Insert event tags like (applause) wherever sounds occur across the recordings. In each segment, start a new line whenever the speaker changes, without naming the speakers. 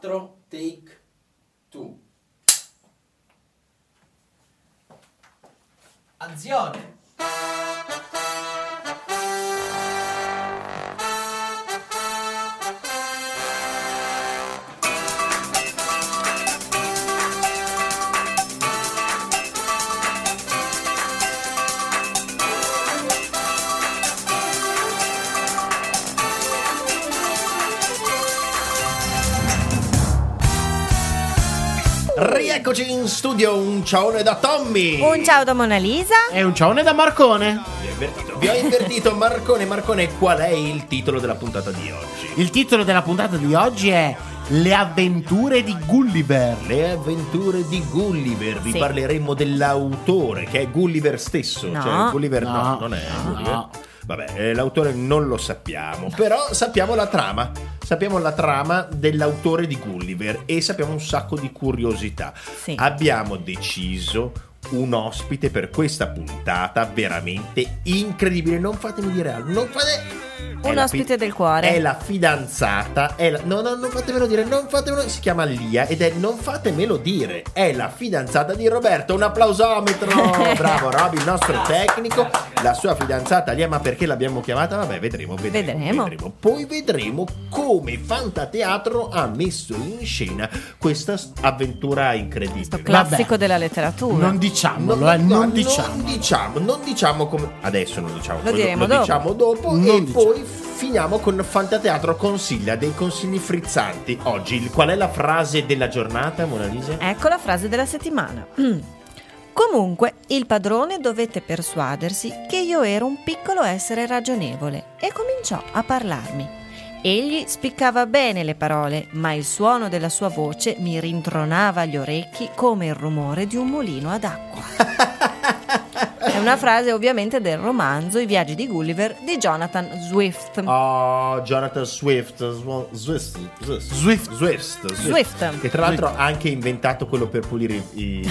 4 take 2
Azione!
Rieccoci in studio, un ciaone da Tommy.
Un ciao da Mona Lisa.
E un ciaone da Marcone.
Vi ho invertito Marcone, Marcone, qual è il titolo della puntata di oggi?
Il titolo della puntata di oggi è Le avventure di Gulliver.
Le avventure di Gulliver, vi
Sì.
parleremo dell'autore che è Gulliver stesso,
No.
cioè Gulliver no,
No.
non è
No.
Gulliver. Vabbè, eh, l'autore non lo sappiamo, però sappiamo la trama, sappiamo la trama dell'autore di Gulliver e sappiamo un sacco di curiosità.
Sì.
abbiamo deciso un ospite per questa puntata veramente incredibile. Non fatemi dire altro. Non fate...
Un
È la
ospite del cuore.
È la fidanzata. È la... No, no, non fatemelo dire. Non fatemelo... Si chiama Lia ed è Non fatemelo dire. È la fidanzata di Roberto. Un
(laughs)
applausometro. Bravo Roby, il nostro tecnico. La sua fidanzata Lia. Ma perché l'abbiamo chiamata? Vabbè, vedremo. Vedremo.
Vedremo.
Poi vedremo come Fantateatro ha messo in scena questa s- avventura incredibile.
Questo classico
Vabbè.
della letteratura.
Non
Diciamo,
diciamolo, eh,
no,
non diciamolo.
Non diciamo, non diciamo come. Adesso non diciamo
Lo
poi
diremo
lo
dopo.
diciamo dopo.
Non
e
diciamo.
poi finiamo con Fantateatro consiglia dei consigli frizzanti. Oggi, il- qual è la frase della giornata, Mona Lisa?
Ecco la frase della settimana. Mm. Comunque, il padrone dovette persuadersi che io ero un piccolo essere ragionevole e cominciò a parlarmi. Egli spiccava bene le parole, ma il suono della sua voce mi rintronava agli orecchi come il rumore di un mulino ad acqua.
(laughs)
È una frase ovviamente del romanzo I viaggi di Gulliver di Jonathan Swift.
Oh, Jonathan Swift Sw- Swift Swift
Swift.
Swift,
Swift.
Che tra l'altro ha anche inventato quello per pulire i, i-
(laughs)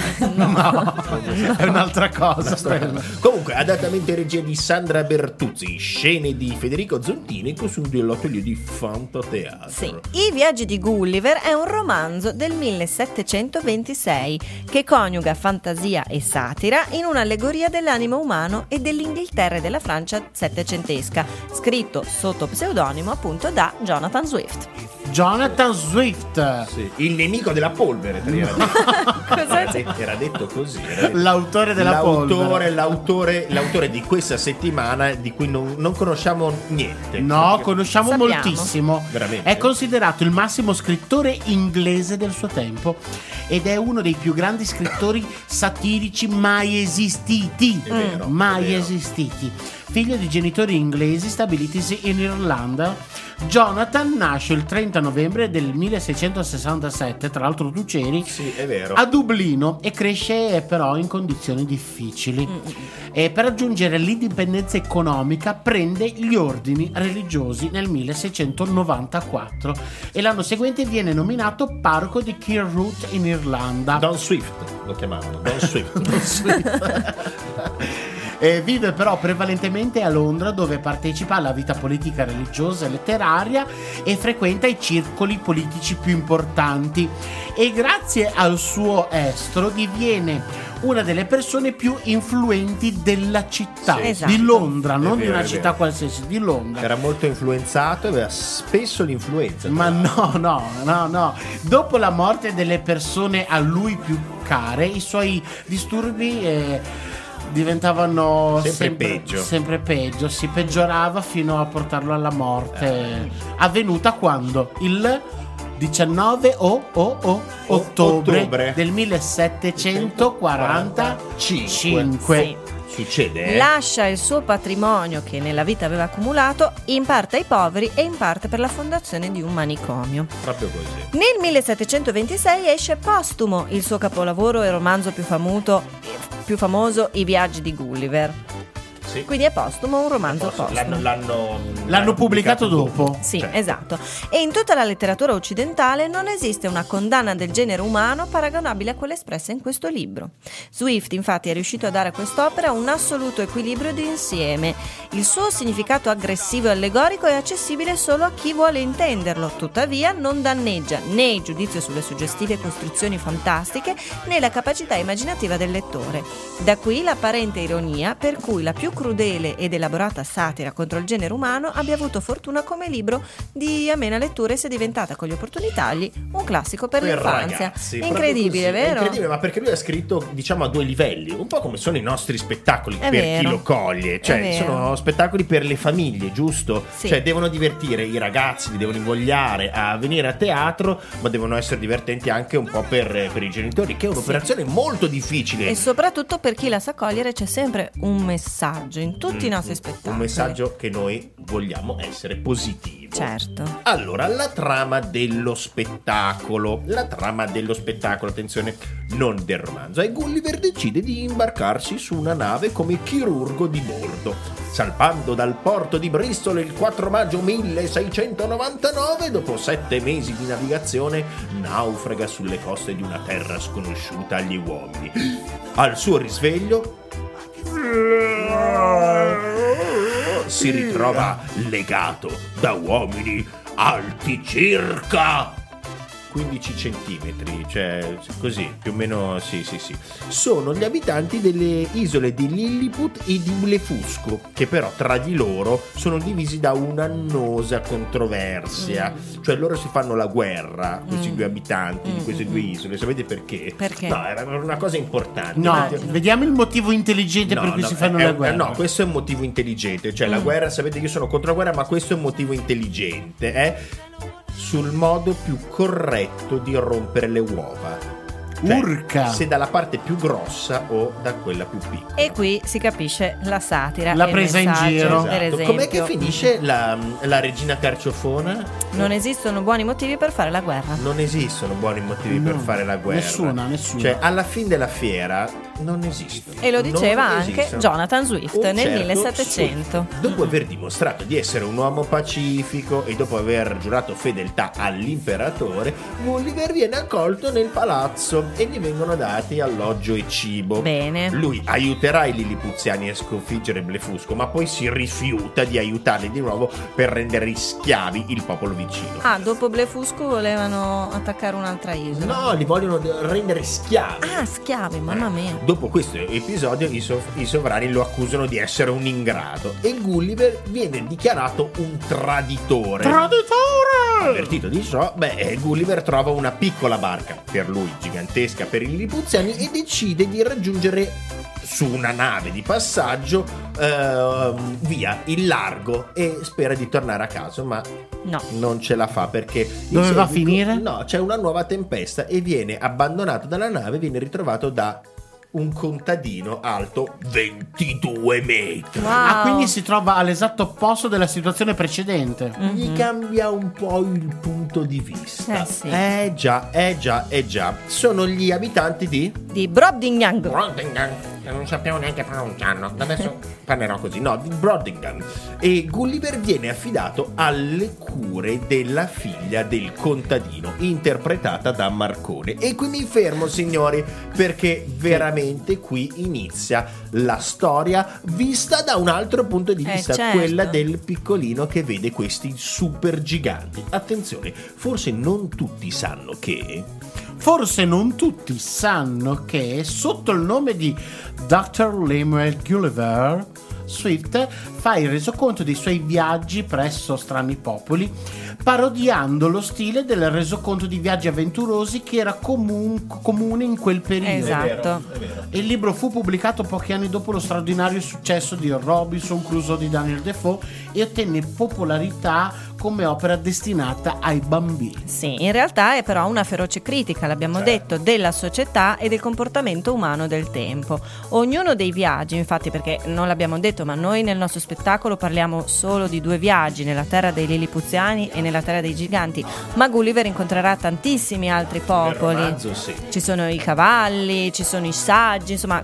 è un'altra (laughs) cosa. quella.
Comunque, adattamento e regia di Sandra Bertuzzi, scene di Federico Zontini, costume dell'atelier di Fantateatro.
Sì, I viaggi di Gulliver è un romanzo del 1726 che coniuga fantasia e satira in un'allegoria dell'animo umano e dell'Inghilterra e della Francia settecentesca, scritto sotto pseudonimo appunto da Jonathan Swift.
Jonathan Swift.
Ah, Sì, Il nemico della polvere, te l'era
(laughs)
detto. era, de- era detto così. era detto-
L'autore della
l'autore,
polvere.
l'autore, l'autore di questa settimana di cui non, non conosciamo niente.
No, conosciamo
Sappiamo.
moltissimo.
Veramente?
È considerato il massimo scrittore inglese del suo tempo ed è uno dei più grandi scrittori satirici mai esistiti.
È vero, è
mai
vero.
esistiti. Figlio di genitori inglesi stabilitisi in Irlanda, Jonathan nasce il 30 novembre del 1667, tra l'altro tu c'eri,
Sì, è vero.
a Dublino e cresce eh, però in condizioni difficili.
Mm,
E per raggiungere l'indipendenza economica prende gli ordini religiosi nel 1694 e l'anno seguente viene nominato parroco di Kirroot in Irlanda.
Don Swift lo chiamavano.
(laughs)
Don Swift.
Eh, vive però prevalentemente a Londra dove partecipa alla vita politica, religiosa e letteraria e frequenta i circoli politici più importanti e grazie al suo estro diviene una delle persone più influenti della città
Sì,
esatto.
di Londra,
È
non di
vero, è
una
vero.
città qualsiasi, di Londra.
Era molto influenzato e aveva spesso l'influenza.
Ma no, no, no, no. Dopo la morte delle persone a lui più care, i suoi disturbi eh, diventavano
Sempre peggio.
Sempre peggio, si peggiorava fino a portarlo alla morte.
Eh.
Avvenuta quando? Il 19 o, o- o- ottobre,
ottobre.
del 1745.
Sì.
Succede, eh?
Lascia il suo patrimonio che nella vita aveva accumulato in parte ai poveri e in parte per la fondazione di un manicomio.
Proprio così.
Nel 1726 esce Postumo, il suo capolavoro e romanzo più famuto- più famoso I viaggi di Gulliver.
Sì.
Quindi è postumo, un romanzo
Posso-
postumo.
L'hanno, l'hanno,
L'hanno pubblicato dopo.
Sì,
Cioè,
esatto. E in tutta la letteratura occidentale non esiste una condanna del genere umano paragonabile a quella espressa in questo libro. Swift, infatti, è riuscito a dare a quest'opera un assoluto equilibrio di insieme. Il suo significato aggressivo e allegorico è accessibile solo a chi vuole intenderlo, tuttavia non danneggia né il giudizio sulle suggestive costruzioni fantastiche né la capacità immaginativa del lettore. Da qui l'apparente ironia per cui la più crudele ed elaborata satira contro il genere umano abbia avuto fortuna come libro di amena lettura e sia diventata con gli opportuni tagli un classico per, l'infanzia.
ragazzi,
È
proprio
incredibile,
così. È
vero?
incredibile, ma perché lui ha scritto, diciamo, a due livelli, un po' come sono i nostri spettacoli
È
per chi
vero.
lo coglie,
È
cioè
vero.
sono spettacoli per le famiglie, giusto?
Sì.
Cioè devono divertire i ragazzi, li devono invogliare a venire a teatro, ma devono essere divertenti anche un po' per, per i genitori, che è un'operazione molto difficile.
E soprattutto per chi la sa cogliere c'è sempre un messaggio in tutti i nostri
Mm,
spettacoli.
Un messaggio che noi vogliamo essere positivo.
Certo.
Allora, la trama dello spettacolo. La trama dello spettacolo, attenzione, non del romanzo. E Gulliver decide di imbarcarsi su una nave come chirurgo di bordo. Salpando dal porto di Bristol il 4 maggio 1699, dopo sette mesi di navigazione, naufraga sulle coste di una terra sconosciuta agli uomini. Al suo risveglio, si ritrova legato da uomini alti circa 15 centimetri, cioè così, più o meno sì, sì, sì. Sono gli abitanti delle isole di Lilliput e di Blefusco, che però tra di loro sono divisi da un'annosa controversia. Cioè loro si fanno la guerra, questi
Mm.
due abitanti di queste
Mm,
due isole, sapete perché?
Perché?
No, era una cosa importante.
No,
Perché-
vediamo il motivo intelligente per
No,
cui
no,
si fanno
è-
la
è-
guerra.
No, questo è un motivo intelligente. Cioè, la
Mm.
guerra, sapete, io sono contro la guerra, ma questo è un motivo intelligente. Eh? Sul modo più corretto di rompere le uova. Cioè,
Urca.
Se dalla parte più grossa o da quella più piccola.
E qui si capisce la satira.
La
e il
presa in
messaggio,
giro.
Per
Esatto.
esempio.
Com'è che finisce la, la regina carciofona?
Non esistono buoni motivi per fare la guerra.
Non esistono buoni motivi per
No,
fare la guerra.
nessuna, nessuna.
Cioè, alla fine della fiera non esistono.
E lo diceva
Non
anche
esistono.
Jonathan Swift
Un
nel
certo
1700.
Swift, dopo aver dimostrato di essere un uomo pacifico e dopo aver giurato fedeltà all'imperatore, Gulliver viene accolto nel palazzo e gli vengono dati alloggio e cibo.
Bene.
Lui aiuterà i lilipuziani a sconfiggere Blefusco, ma poi si rifiuta di aiutarli di nuovo per rendere schiavi il popolo vicino.
Ah, dopo Blefusco volevano attaccare un'altra isola.
No, li vogliono rendere schiavi.
Ah, schiavi, mamma mia.
Dopo questo episodio i, sov- i sovrani lo accusano di essere un ingrato e Gulliver viene dichiarato un traditore.
Traditore!
Avvertito di ciò, beh, eh, Gulliver trova una piccola barca, per lui gigantesca per i Lilipuziani, e decide di raggiungere su una nave di passaggio ehm, via il largo e spera di tornare a casa, ma
No.
non ce la fa perché in
Dove va a finire?
No, c'è una nuova tempesta e viene abbandonato dalla nave, viene ritrovato da un contadino alto 22 metri.
Wow.
Ah, quindi si trova all'esatto opposto della situazione precedente.
Mhm.
Gli cambia un po' il punto di vista.
Eh sì.
Eh già, eh già, eh già. Sono gli abitanti di
Di Brobdingnang.
Broddingham, che non sappiamo neanche pronunciarlo. Adesso parlerò così, no, di Broddingham. E Gulliver viene affidato alle cure della figlia del contadino, interpretata da Marcone. E qui mi fermo, signori, perché veramente qui inizia la storia vista da un altro punto di
Eh,
vista,
certo.
quella del piccolino che vede questi super giganti. Attenzione, forse non tutti sanno che
Forse non tutti sanno che sotto il nome di Dr. Lemuel Gulliver, Swift fa il resoconto dei suoi viaggi presso strani popoli, parodiando lo stile del resoconto di viaggi avventurosi che era comun- comune in quel periodo.
Esatto.
Il libro fu pubblicato pochi anni dopo lo straordinario successo di Robinson Crusoe di Daniel Defoe e ottenne popolarità come opera destinata ai bambini.
Sì, in realtà è però una feroce critica, l'abbiamo detto, della società e del comportamento umano del tempo. Ognuno dei viaggi, infatti, perché non l'abbiamo detto, ma noi nel nostro spettacolo parliamo solo di due viaggi, nella terra dei Lilipuziani e nella terra dei giganti, ma Gulliver incontrerà tantissimi altri popoli.
romanzo, sì.
Ci sono i cavalli, ci sono i saggi, insomma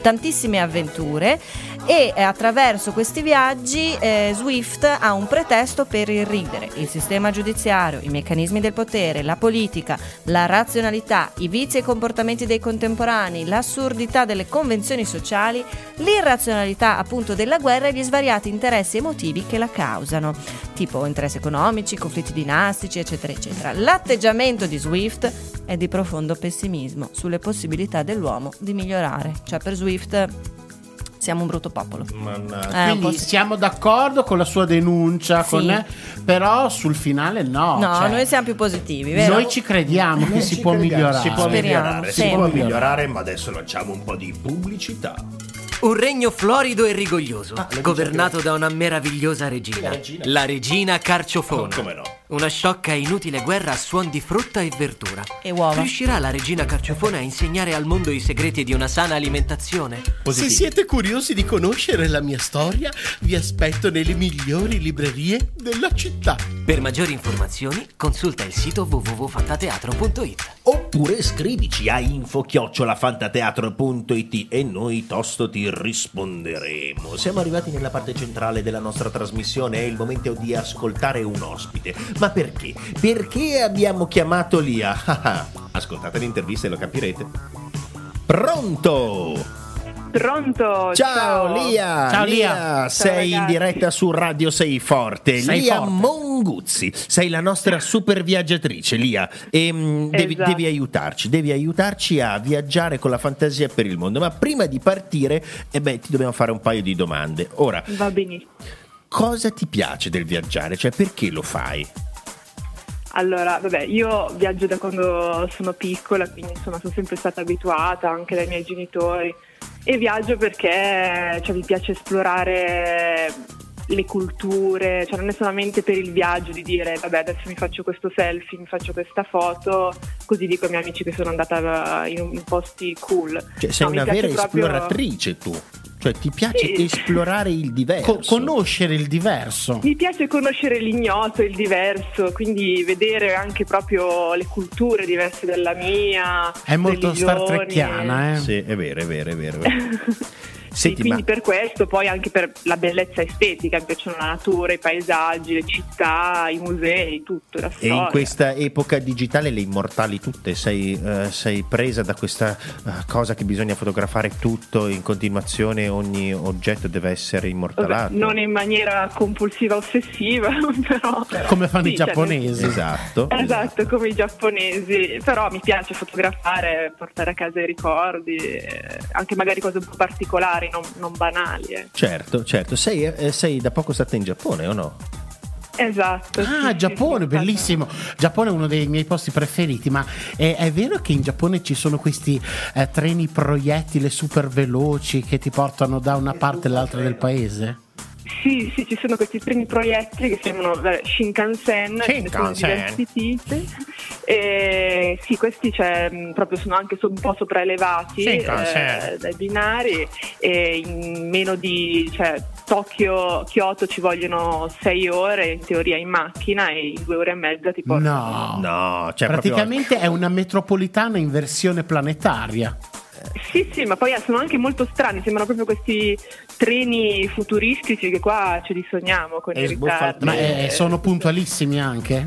tantissime avventure e eh, attraverso questi viaggi eh, Swift ha un pretesto per irridere il sistema giudiziario, i meccanismi del potere, la politica, la razionalità, i vizi e i comportamenti dei contemporanei, l'assurdità delle convenzioni sociali, l'irrazionalità appunto della guerra e gli svariati interessi e motivi che la causano, tipo interessi economici, conflitti dinastici, eccetera, eccetera. L'atteggiamento di Swift è di profondo pessimismo sulle possibilità dell'uomo di migliorare, cioè per Swift siamo un brutto popolo.
Mannaggia.
Eh, un po'
Quindi
sì.
siamo d'accordo con la sua denuncia,
Sì.
con- però sul finale no.
No,
cioè,
noi siamo più positivi, vero?
noi ci crediamo
Noi
che si
ci
può
crediamo,
migliorare.
Si può
Speriamo,
migliorare, si
sempre.
può migliorare, ma adesso lanciamo un po' di pubblicità.
Un regno florido e rigoglioso,
Ah, la
governato da una meravigliosa
La
regina,
regina.
la regina Carciofona.
Come no?
Una sciocca e inutile guerra a suon di frutta e verdura.
E uova.
Riuscirà la regina Carciofona a insegnare al mondo i segreti di una sana alimentazione?
Se
Positivo.
siete curiosi di conoscere la mia storia, vi aspetto nelle migliori librerie della città.
Per maggiori informazioni consulta il sito www.fantateatro.it.
Oppure iscrivici a infochiocciolafantateatro.it e noi tosto ti risponderemo. Siamo arrivati nella parte centrale della nostra trasmissione, è il momento di ascoltare un ospite. Ma perché? Perché abbiamo chiamato Lia? (laughs) Ah, ah. Ascoltate l'intervista e lo capirete. Pronto!
Pronto?
Ciao, Lia!
Ciao,
Lia!
Lia.
Sei
Ciao,
in
ragazzi.
diretta su Radio Sei Forte.
Sei
Lia
forte.
Monguzzi, sei la nostra super viaggiatrice, Lia. E, mm, devi,
Esatto.
devi aiutarci, devi aiutarci a viaggiare con la fantasia per il mondo. Ma prima di partire, eh beh, ti dobbiamo fare un paio di domande. Ora,
Va benissimo.
cosa ti piace del viaggiare? Cioè, perché lo fai?
Allora, vabbè, io viaggio da quando sono piccola, quindi insomma sono sempre stata abituata anche dai miei genitori e viaggio perché cioè, mi piace esplorare le culture, cioè non è solamente per il viaggio di dire vabbè adesso mi faccio questo selfie, mi faccio questa foto, così dico ai miei amici che sono andata in, in posti cool.
Cioè, sei
No, mi
una
piace
vera
proprio-
esploratrice tu. Cioè, ti piace
Sì.
esplorare il diverso.
Co- conoscere il diverso.
Mi piace conoscere l'ignoto, il diverso, quindi vedere anche proprio le culture diverse dalla mia.
È molto star
religioni.
trekkiana, eh.
Sì, è vero, è vero, è vero. È vero.
(laughs) Sì,
Senti,
quindi
ma-
per questo, poi anche per la bellezza estetica, mi piacciono la natura, i paesaggi, le città, i musei, tutto, la
E
storia.
in questa epoca digitale le immortali tutte, sei, eh, sei presa da questa eh, cosa che bisogna fotografare tutto in continuazione, ogni oggetto deve essere
Vabbè,
immortalato.
non in maniera compulsiva ossessiva, (laughs) però...
Come fanno
sì,
i
cioè,
giapponesi.
Esatto.
nel- Esatto, come i giapponesi, però mi piace fotografare, portare a casa i ricordi, eh, anche magari cose un po' particolari, non, non banali. eh.
Certo, certo. Sei, eh, sei da poco stata in Giappone o no?
Esatto. sì,
Ah,
sì,
Giappone,
sì,
bellissimo. Giappone è uno dei miei posti preferiti, ma è, è vero che in Giappone ci sono questi eh, treni proiettile super veloci che ti portano da una parte all'altra del paese?
Sì, sì, ci sono questi primi proiettili che si chiamano vabbè, Shinkansen, ce ne sono
Shinkansen.
diversi tipi. E, sì, questi cioè, mh, proprio sono anche so- un po' sopraelevati
Shinkansen.
eh, dai binari e in meno di cioè, Tokyo, Kyoto ci vogliono sei ore in teoria in macchina e in due ore e mezza ti portano.
No.
No, cioè
Praticamente è una metropolitana in versione planetaria.
Sì, sì, ma poi eh, sono anche molto strani, sembrano proprio questi treni futuristici che qua ce li sogniamo con
E
i
sbuffa il
ritardi.
Ma eh,
Eh,
sono puntualissimi anche?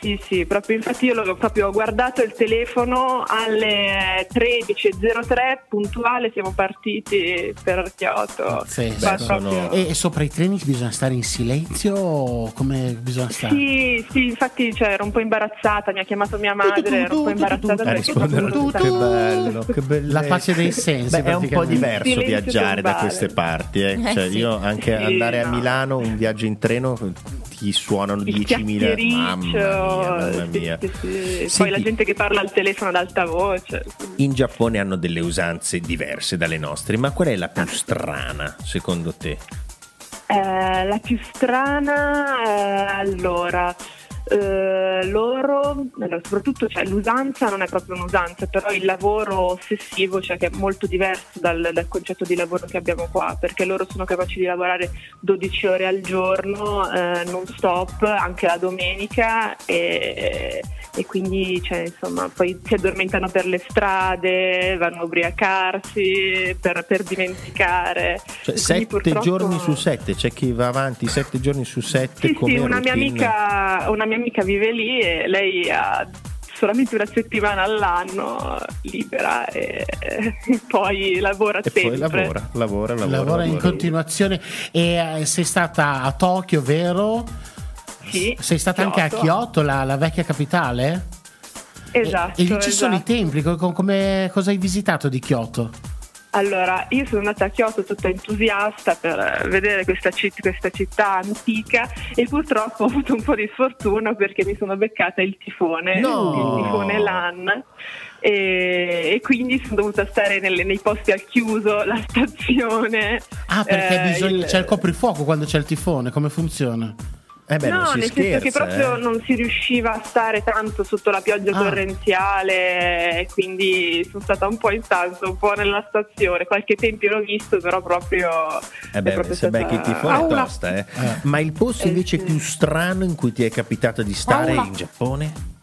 Sì, sì, proprio infatti io l'ho proprio ho guardato il telefono alle 13.03 puntuale siamo partiti per Kyoto.
Pazzesco.
Ma
Beh, sono-
proprio-
E sopra i treni bisogna stare in silenzio o come bisogna
Cioè.
stare?
Sì, sì, infatti cioè, ero un po' imbarazzata, mi ha chiamato mia madre, ero un po' imbarazzata
proprio... a
perché
rispondere a
proprio
tutto. Che bello, Eh, che bello.
La pace dei sensi,
Beh, è un po'
praticamente.
diverso
Silenzio
viaggiare da
tombale.
queste parti. eh.
Eh,
Cioè,
sì.
Io anche
Sì,
andare a
no.
Milano, un viaggio in treno, ti suonano
il
10.000. Mamma mia, mamma
chiacchiericcio, sì,
mia.
sì, sì.
Senti,
poi la gente che parla al telefono ad alta voce.
In Giappone hanno delle usanze diverse dalle nostre, ma qual è la più strana secondo te?
Eh, la più strana, eh, allora, eh, loro, allora, soprattutto cioè, l'usanza non è proprio un'usanza, però il lavoro ossessivo, cioè, che è molto diverso dal, dal concetto di lavoro che abbiamo qua, perché loro sono capaci di lavorare 12 ore al giorno, eh, non stop, anche la domenica e, e quindi cioè, insomma, poi si addormentano per le strade, vanno a ubriacarsi per, per dimenticare.
Cioè,
Quindi
sette
purtroppo-
giorni su sette, c'è chi va avanti sette giorni su sette
Sì,
come
sì, una mia,
routine.
amica, una mia amica vive lì e lei ha solamente una settimana all'anno libera e, e poi lavora
E
sempre.
poi lavora, lavora, lavora.
Lavora in continuazione e eh, sei stata a Tokyo, vero?
Sì,
Sei stata anche a
Kyoto.
Kyoto, la, la vecchia capitale?
Esatto.
E, e lì ci
esatto.
sono i templi, co- co- come, cosa hai visitato di Kyoto?
Allora, io sono andata a Kyoto tutta entusiasta per eh, vedere questa, cit- questa città antica e purtroppo ho avuto un po' di sfortuna perché mi sono beccata il tifone,
No!
il tifone LAN e, e quindi sono dovuta stare nelle- nei posti al chiuso, la stazione.
Ah, perché
eh,
bisogna-
il-
c'è il coprifuoco quando c'è il tifone, come funziona?
Eh beh,
no,
non si
nel senso che
scherza,
proprio
eh.
non si riusciva a stare tanto sotto la pioggia
Ah.
torrenziale, e quindi sono stata un po' in stanza, un po' nella stazione, qualche tempio l'ho visto, però proprio...
Eh beh,
è proprio
se
stata-
becchi il tifone è
Aula.
tosta, eh. Ma il posto
Eh,
invece
sì.
più strano in cui ti è capitato di stare in Giappone?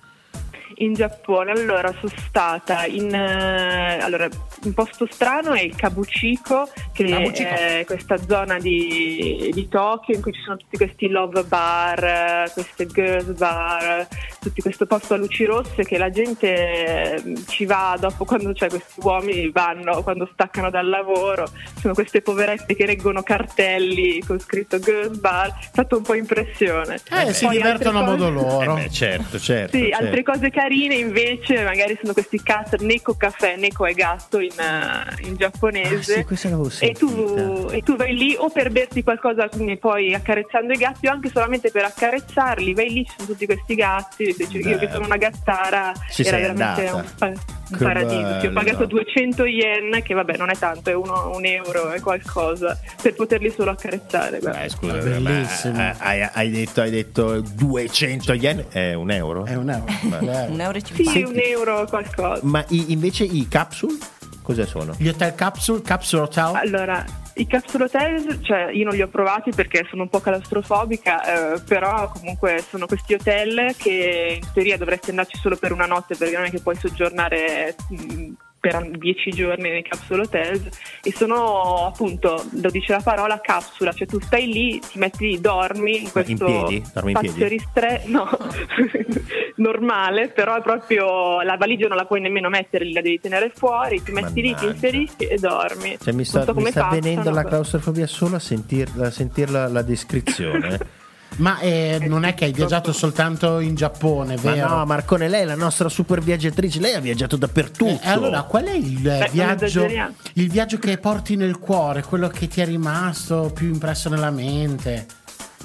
In Giappone, allora sono stata in eh, allora, un posto strano è il Kabuchiko, che
Kabuchiko.
è eh, questa zona di, di Tokyo in cui ci sono tutti questi love bar, eh, queste girls bar, tutti questo posto a luci rosse che la gente eh, ci va dopo quando cioè, questi uomini vanno, quando staccano dal lavoro, sono queste poverette che reggono cartelli con scritto girls bar, è fatto un po' impressione.
Eh,
Poi
si divertono a
altre
modo
cose-
loro.
Eh beh, certo, certo.
sì,
certo.
altre cose carine invece magari sono questi cat Neko Caffè, Neko è gatto in, eh, in
Ah, sì,
giapponese.
questa l'avevo
e,
sentita.
tu, e tu vai lì o per berti qualcosa, quindi poi accarezzando i gatti, o anche solamente per accarezzarli, vai lì, ci sono tutti questi gatti. cioè, io
Beh.
che sono una gattara,
Ci
era
sei
veramente
andata.
un, pa- un
Che
paradiso. Ti ho
bello.
pagato 200 yen, che vabbè non è tanto, è uno- un euro, è qualcosa, per poterli solo accarezzare. guarda.
Eh, scusa,
Bellissimo.
ma, eh, hai, hai detto, hai detto 200 yen, è un euro?
È un euro.
Beh.
Eh.
Un euro e cinquanta.
Sì, un euro o qualcosa.
Ma i- invece i capsule, cosa sono?
Gli hotel capsule, capsule hotel.
Allora, i capsule hotel, cioè io non li ho provati perché sono un po' claustrofobica, eh, però comunque sono questi hotel che in teoria dovresti andarci solo per una notte perché non è che puoi soggiornare mh, per an- dieci giorni nei capsule hotel e sono appunto, lo dice la parola, capsula, cioè tu stai lì, ti metti lì, dormi in questo
piedi? Dormi in
spazio
piedi?
ristre- no, (laughs) normale, però è proprio la valigia non la puoi nemmeno mettere, lì, la devi tenere fuori, ti metti lì, ti
Mannaggia.
inserisci e dormi.
Cioè, mi sta,
Non so
mi
come
sta
facciano,
venendo la
però.
claustrofobia solo a sentirla, a sentirla la
(laughs)
descrizione.
Ma eh, non è che hai viaggiato soltanto in Giappone,
Ma
vero? Eh,
no, Marcone, lei è la nostra super viaggiatrice, lei ha viaggiato dappertutto.
Eh, allora, qual è il
non
viaggio?
esageriamo.
Il viaggio che porti nel cuore, quello che ti è rimasto più impresso nella mente.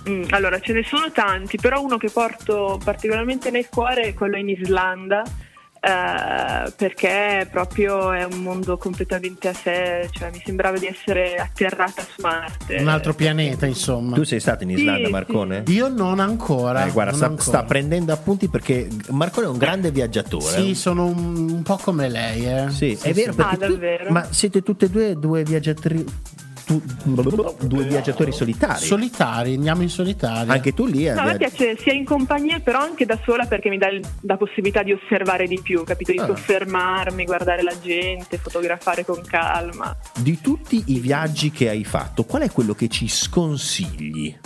Mm, allora, ce ne sono tanti, però uno che porto particolarmente nel cuore è quello in Islanda. eh, perché proprio è un mondo completamente a sé, cioè mi sembrava di essere atterrata su Marte.
Un altro
eh,
pianeta, insomma.
Tu sei stato in Islanda,
sì.
Marcone?
Io non ancora.
Eh, guarda,
non
sta,
ancora.
sta prendendo appunti perché Marcone è un grande viaggiatore.
Sì, sono un, un po' come lei, eh.
eh. Sì, è vero
Ah,
perché tu-
davvero?
ma siete tutte e due due viaggiatori due viaggiatori solitari.
Solitari, andiamo in solitaria.
Anche tu lì hai
No, a me
viaggi-
piace sia in compagnia, però anche da sola perché mi dà il- la possibilità di osservare di più, capito? Di
Ah.
soffermarmi, guardare la gente, fotografare con calma.
di tutti i viaggi che hai fatto, qual è quello che ci sconsigli?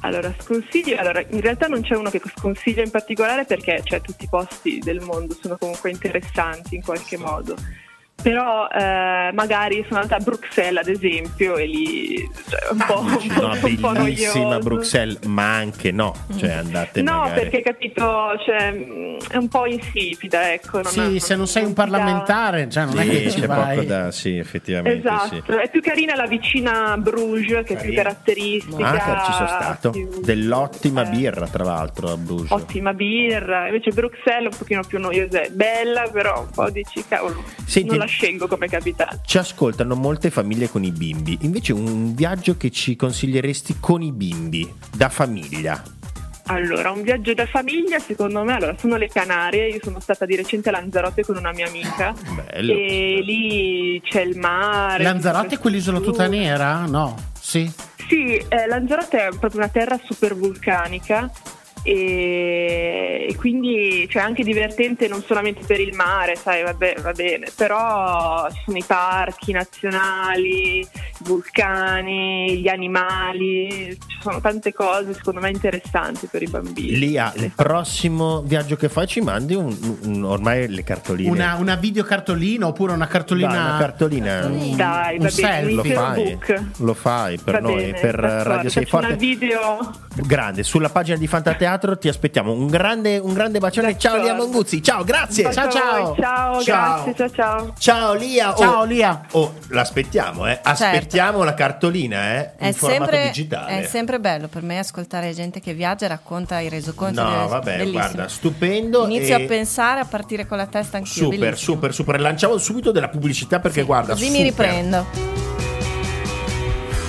Allora, sconsiglio, allora, in realtà non c'è uno che sconsiglio in particolare perché cioè, tutti i posti del mondo sono comunque interessanti in qualche modo. Però eh, magari sono andata a Bruxelles ad esempio e lì cioè, un po',
Ah,
(laughs) un po',
No,
un
bellissima
po' noioso.
Bruxelles, ma anche no, cioè andate
No,
magari.
perché capito, cioè, mh, è un po' insipida, ecco. non-
Sì, se non sei un
ti dà-
parlamentare, già non è
Sì,
che ci
c'è poco
vai.
da sì, effettivamente sì.
Esatto, è più carina la vicina Bruges che è più
Carina.
caratteristica.
Ah, ci sono stato
più-
dell'ottima
Esatto, eh,
birra, tra l'altro, a Bruges.
Ottima birra, invece Bruxelles è un pochino più noiosa, è bella però un po' dici cavolo,
Senti-
non la scelgo come capitale.
Ci ascoltano molte famiglie con i bimbi. Invece, un viaggio che ci consiglieresti con i bimbi da famiglia.
Allora, un viaggio da famiglia, secondo me, allora, sono le Canarie, io sono stata di recente a Lanzarote con una mia amica
Bello.
e lì c'è il mare.
Lanzarote è
tutta
quell'isola tutta
struttura.
nera? No, sì.
Sì, eh, Lanzarote è proprio una terra super vulcanica e, e quindi cioè, è anche divertente non solamente per il mare, sai, vabbè, va bene, però ci sono i parchi nazionali, i vulcani, gli animali, ci sono tante cose secondo me interessanti per i bambini.
Lia, ah, il prossimo viaggio che fai ci mandi un, un- ormai le cartoline.
Una, una videocartolina oppure una cartolina.
Dai, una cartolina.
Cartolina.
Dai,
un
va bene,
selfie,
un
Lo fai,
book.
lo fai per
Va
noi,
bene,
per
d'accordo,
Radio Sei
faccio
Forte.
Una video
Grande, sulla pagina di Fantateatro ti aspettiamo. Un grande, un grande bacione. Ciao Lia Monguzzi, ciao, grazie.
Ciao, ciao.
Ciao,
Ciao.
grazie, ciao ciao.
Ciao Lia. Oh,
Ciao Lia.
oh, l'aspettiamo, eh. Aspettiamo la cartolina, eh.
Certo. È
in formato
sempre,
digitale.
è sempre bello per me ascoltare gente che viaggia e racconta i resoconti.
No,
delle-
vabbè,
bellissimo.
guarda, stupendo
Inizio
e-
a pensare, a partire con la testa anch'io.
Super,
bellissimo.
super, super. Lanciamo subito della pubblicità perché guarda.
Così
super.
mi riprendo.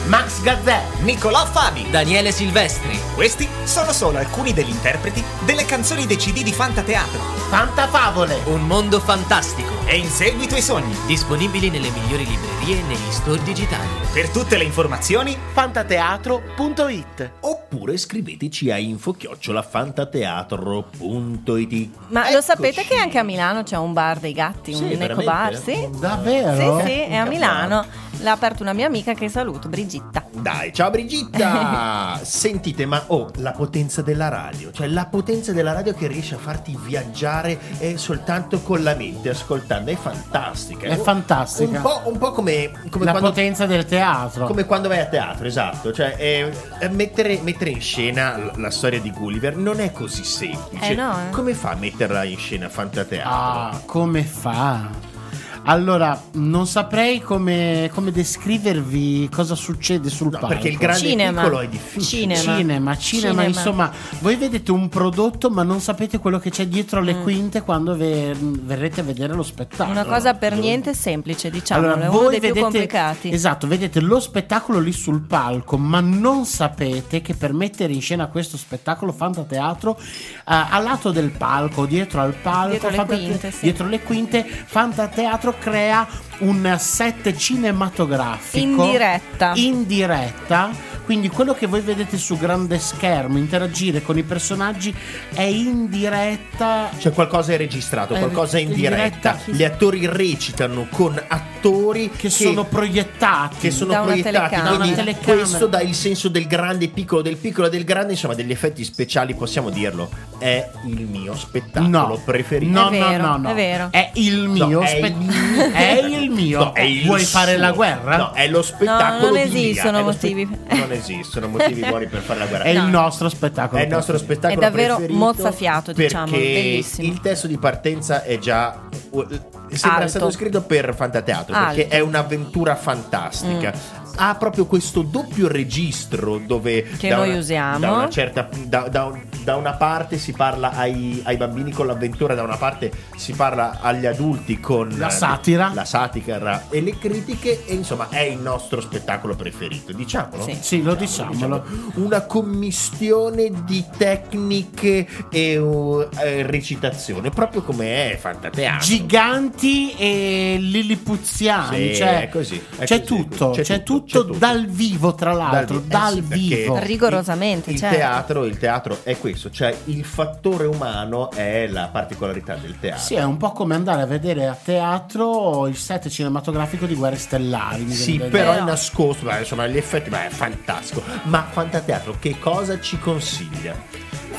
Max Gazzè.
Nicolò Fabi.
Daniele Silvestri.
Questi sono solo alcuni degli interpreti delle canzoni dei CD di Fantateatro.
Tanta favole.
Un mondo fantastico.
E in seguito i sogni.
Disponibili nelle migliori librerie e negli store digitali.
Per tutte le informazioni,
Fantateatro.it.
Oppure scriveteci a infochiocciolafantateatro.it.
Ma lo
Eccoci.
sapete che anche a Milano c'è un bar dei gatti,
Sì,
un eco
veramente?
bar? Sì,
Davvero?
sì, sì, è a
Minchia,
Milano. L'ha aperto una mia amica che saluto, Brigitta.
Dai, ciao
(laughs)
Brigitta! Sentite, ma oh, la potenza della radio, cioè la potenza della radio che riesce a farti viaggiare eh, soltanto con la mente, ascoltando, è fantastica.
È
Oh,
fantastica.
Un po', un po' come, come
La
quando
potenza del teatro.
Come quando vai a teatro, esatto. Cioè, eh, eh, mettere, mettere in scena l- la storia di Gulliver non è così semplice.
Eh, no, eh.
Come fa a metterla in scena fantateatro?
Ah, come fa? Allora, non saprei come, come descrivervi cosa succede sul
No,
palco.
perché il grande
Cinema.
piccolo è difficile.
Cinema.
Cinema, cinema,
Cinema.
insomma, voi vedete un prodotto ma non sapete quello che c'è dietro le quinte quando ve- verrete a vedere lo spettacolo.
Mm. Una cosa per niente semplice, diciamolo, è uno
voi
dei più complicati.
Esatto, vedete lo spettacolo lì sul palco, ma non sapete che per mettere in scena questo spettacolo fantateatro, eh, a lato del palco, dietro al palco,
Dietro le
fantate-
quinte, sì.
dietro le quinte, fantateatro crea un set cinematografico.
In diretta.
In diretta. Quindi quello che voi vedete su grande schermo, interagire con i personaggi, è in diretta
Cioè qualcosa è registrato,
Eh,
qualcosa è in
in
diretta.
diretta.
Gli attori recitano con attori
che sono proiettati.
che sono
Da una
proiettati
telecamera.
quindi
Da una telecamera.
questo dà il senso del grande piccolo del piccolo del grande insomma degli effetti speciali possiamo dirlo è il mio spettacolo
No,
preferito
No,
È vero,
no, no, no.
è vero.
È il mio.
No, è
spe-
il-
(laughs) è il mio.
No, è il
Vuoi
suo.
fare la guerra?
No, è lo spettacolo.
No, non
di Lia,
esistono
è lo spe-
motivi.
non esistono motivi buoni per fare la guerra.
È il
No.
nostro spettacolo.
È il nostro spettacolo
È davvero
preferito
mozzafiato, diciamo,
perché
bellissimo.
Il testo di partenza è già eh, sembra
Alto.
stato scritto per fantateatro
Alto. Mm.
perché è un'avventura fantastica. Ha proprio questo doppio registro dove
Che
da
noi
una-
usiamo.
da una, certa, da, da un- da una parte si parla ai, ai bambini con l'avventura, da una parte si parla agli adulti con
La satira.
la satira e le critiche. E insomma, è il nostro spettacolo preferito, diciamolo.
Sì.
Sì, lo
Diciamo,
diciamolo.
una commistione di tecniche e uh, eh, recitazione, proprio come è Fantateatro.
Giganti e lillipuziani.
Sì,
cioè,
è così, è così,
c'è, tutto, c'è, tutto,
c'è tutto.
dal vivo, tra l'altro.
vi- eh
Dal
sì, perché
vivo.
Rigorosamente,
il, il
certo.
teatro, il teatro è questo, cioè il fattore umano è la particolarità del teatro.
Sì, è un po' come andare a vedere a teatro il set cinematografico di Guerre Stellari. mi
Sì,
viene da
però
dire.
è nascosto, ma insomma gli effetti, ma è fantastico. Ma Fantateatro che cosa ci consiglia?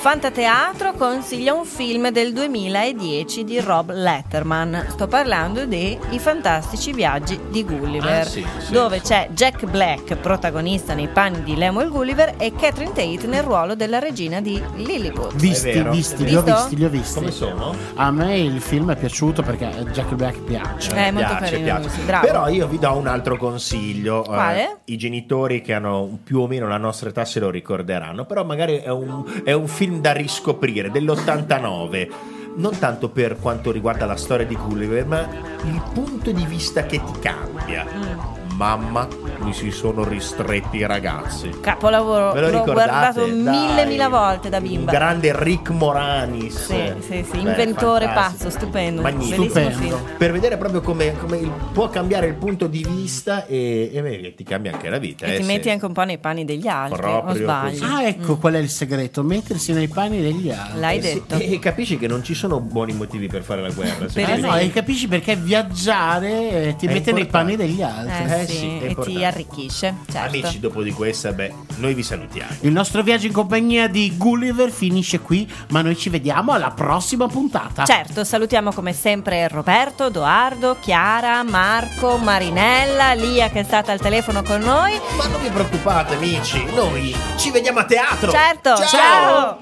Fantateatro consiglia un film del 2010 di Rob Letterman. Sto parlando di I fantastici viaggi di Gulliver,
Ah, sì, sì,
dove
sì.
c'è Jack Black, protagonista nei panni di Lemuel Gulliver, e Catherine Tate nel ruolo della regina di Lilliput.
Visti,
È vero,
visti,
è
li ho
vero.
visti, li ho visti.
Come sono?
A me il film è piaciuto perché Jack Black piace.
Eh, molto
piace,
carino,
piace.
sì, bravo.
Però io vi do un altro consiglio.
Quale?
Eh, I genitori che hanno più o meno la nostra età se lo ricorderanno, però magari è un, è un film da riscoprire dell'89. Non tanto per
Mm.
quanto riguarda la storia di Gulliver, ma il punto di vista che ti cambia. mamma, mi si sono ristretti i ragazzi.
Capolavoro,
Ve lo
l'ho
ricordate?
guardato
Dai.
mille mila volte da bimba.
Un grande Rick Moranis.
Sì, sì, sì,
Beh,
inventore
fantastico.
pazzo, stupendo.
Magnifico.
Bellissimo
Stupendo.
film.
Per vedere proprio come, come il- può cambiare il punto di vista e, e beh, ti cambia anche la vita.
E
eh,
ti
sì.
metti anche un po' nei panni degli altri, o
Proprio
sbaglio.
così. Eh
Ah, ecco qual è il segreto: mettersi nei panni degli altri.
L'hai
Sì,
detto.
E, e capisci che non ci sono buoni motivi per fare la guerra. se
Per
ci
Eh no,
esempio.
e capisci perché viaggiare eh, ti
È
mette nei
importante.
panni degli altri.
Eh,
Eh
sì,
sì, è
e ti
importante.
arricchisce, certo.
Amici, dopo di questa, beh, noi vi salutiamo.
Il nostro viaggio in compagnia di Gulliver finisce qui, ma noi ci vediamo alla prossima puntata.
Certo, salutiamo come sempre Roberto, Doardo, Chiara, Marco, Marinella, Lia che è stata al telefono con noi.
Ma non vi preoccupate, amici, noi ci vediamo a teatro.
Certo, ciao.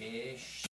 Esci.